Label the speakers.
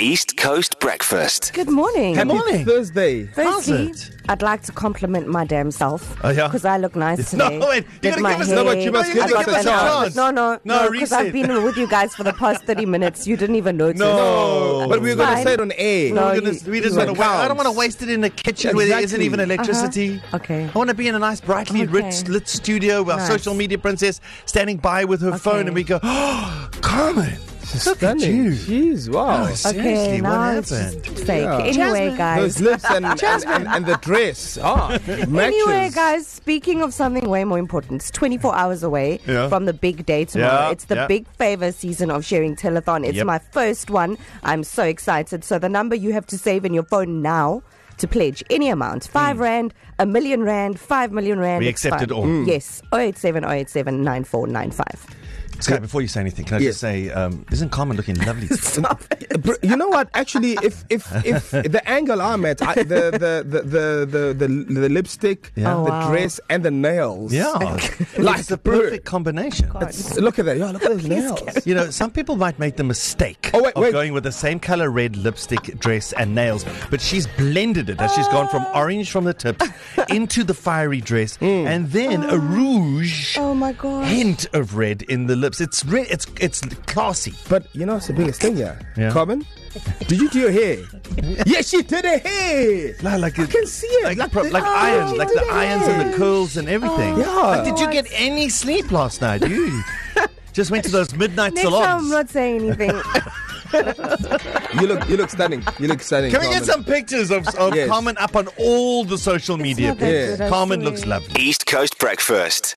Speaker 1: East Coast Breakfast.
Speaker 2: Good morning.
Speaker 3: Happy
Speaker 4: morning.
Speaker 3: Thursday.
Speaker 2: Firstly,
Speaker 4: How's it?
Speaker 2: I'd like to compliment my damn self
Speaker 4: Oh, yeah?
Speaker 2: because I look nice
Speaker 4: No,
Speaker 2: today.
Speaker 4: wait, you
Speaker 2: Did
Speaker 4: gotta
Speaker 2: my
Speaker 4: give us-
Speaker 2: hair.
Speaker 4: no, but you
Speaker 3: must
Speaker 2: I
Speaker 3: give
Speaker 2: got
Speaker 3: us a
Speaker 2: an hour.
Speaker 4: chance.
Speaker 2: No, no, because
Speaker 4: No, reset.
Speaker 2: I've been with you guys for the past thirty minutes. You didn't even notice.
Speaker 4: No.
Speaker 3: But we were going to
Speaker 2: Fine.
Speaker 3: say it on air.
Speaker 2: No,
Speaker 4: We're gonna,
Speaker 2: you-
Speaker 4: we just
Speaker 2: you
Speaker 4: want to.
Speaker 3: won't.
Speaker 4: I don't want to waste it in a kitchen where there isn't
Speaker 3: Exactly.
Speaker 4: even electricity.
Speaker 2: Uh-huh. Okay.
Speaker 4: I want to be in a nice, brightly
Speaker 2: Okay.
Speaker 4: rich, lit studio with our
Speaker 2: Nice.
Speaker 4: social media princess standing by with her phone,
Speaker 2: Okay.
Speaker 4: and we go, "Oh, Carmen, look at
Speaker 3: Stunning.
Speaker 4: you."
Speaker 3: Jeez,
Speaker 4: Oh,
Speaker 3: wow.
Speaker 2: Okay,
Speaker 4: Seriously, what
Speaker 2: now it's
Speaker 4: happened?
Speaker 2: just fake. Anyway,
Speaker 3: Those
Speaker 2: guys.
Speaker 3: lips and, and, and, and the dress. Ah,
Speaker 2: Anyway,
Speaker 3: matches.
Speaker 2: guys, speaking of something way more important, it's 24 hours away
Speaker 4: Yeah.
Speaker 2: from the big day tomorrow.
Speaker 4: Yeah,
Speaker 2: It's the
Speaker 4: yeah.
Speaker 2: big favor season of sharing telethon. It's
Speaker 4: Yep.
Speaker 2: my first one. I'm so excited. So the number you have to save in your phone now to pledge any amount, 5 rand, a million rand, 5 million rand.
Speaker 4: Mm. We
Speaker 2: it's
Speaker 4: accept
Speaker 2: fine.
Speaker 4: it all. Mm.
Speaker 2: Yes, 087 087 9495.
Speaker 4: Sky, before you say anything, can I
Speaker 3: Yes.
Speaker 4: just say, um, isn't Carmen looking lovely? today?
Speaker 3: Br- You know what? Actually, if if if the angle I'm at, I, the, the, the, the the the the lipstick,
Speaker 4: Yeah.
Speaker 2: Oh,
Speaker 3: the
Speaker 2: wow.
Speaker 3: dress, and the nails.
Speaker 4: yeah,
Speaker 3: Like
Speaker 4: it's the perfect combination.
Speaker 3: It's- Look at that. Yeah, look at those nails.
Speaker 4: You know, some people might make the mistake
Speaker 3: Oh, wait,
Speaker 4: of
Speaker 3: wait.
Speaker 4: going with the same color red lipstick, dress, and nails, but she's blended it as she's gone from
Speaker 2: Ah.
Speaker 4: orange from the tips into the fiery dress, and then a rouge
Speaker 2: Ah. Oh my gosh.
Speaker 4: hint of red in the lips. It's red. It's it's classy.
Speaker 3: But you know, it's the biggest thing here.
Speaker 4: Yeah.
Speaker 3: Carmen, did you do your hair? yes, she did her hair.
Speaker 4: No, like
Speaker 3: I can see it.
Speaker 4: Like, pro-
Speaker 3: the-
Speaker 4: like
Speaker 3: Oh,
Speaker 4: irons,
Speaker 3: she
Speaker 4: like
Speaker 3: did
Speaker 4: the
Speaker 3: her
Speaker 4: irons and the
Speaker 3: hair.
Speaker 4: curls and everything.
Speaker 3: Yeah.
Speaker 4: Like, did you
Speaker 2: Oh,
Speaker 4: get any sleep last night? You just went to those midnight
Speaker 2: Next time, I'm
Speaker 4: salons.
Speaker 2: not saying anything.
Speaker 3: You look, you look stunning. You look stunning.
Speaker 4: Can we get
Speaker 3: Carmen.
Speaker 4: some pictures of, of
Speaker 3: Yes.
Speaker 4: Carmen up on all the social media?
Speaker 2: not that
Speaker 4: pages?
Speaker 2: good, I
Speaker 4: Carmen
Speaker 2: swear.
Speaker 4: looks lovely.
Speaker 1: East Coast Breakfast.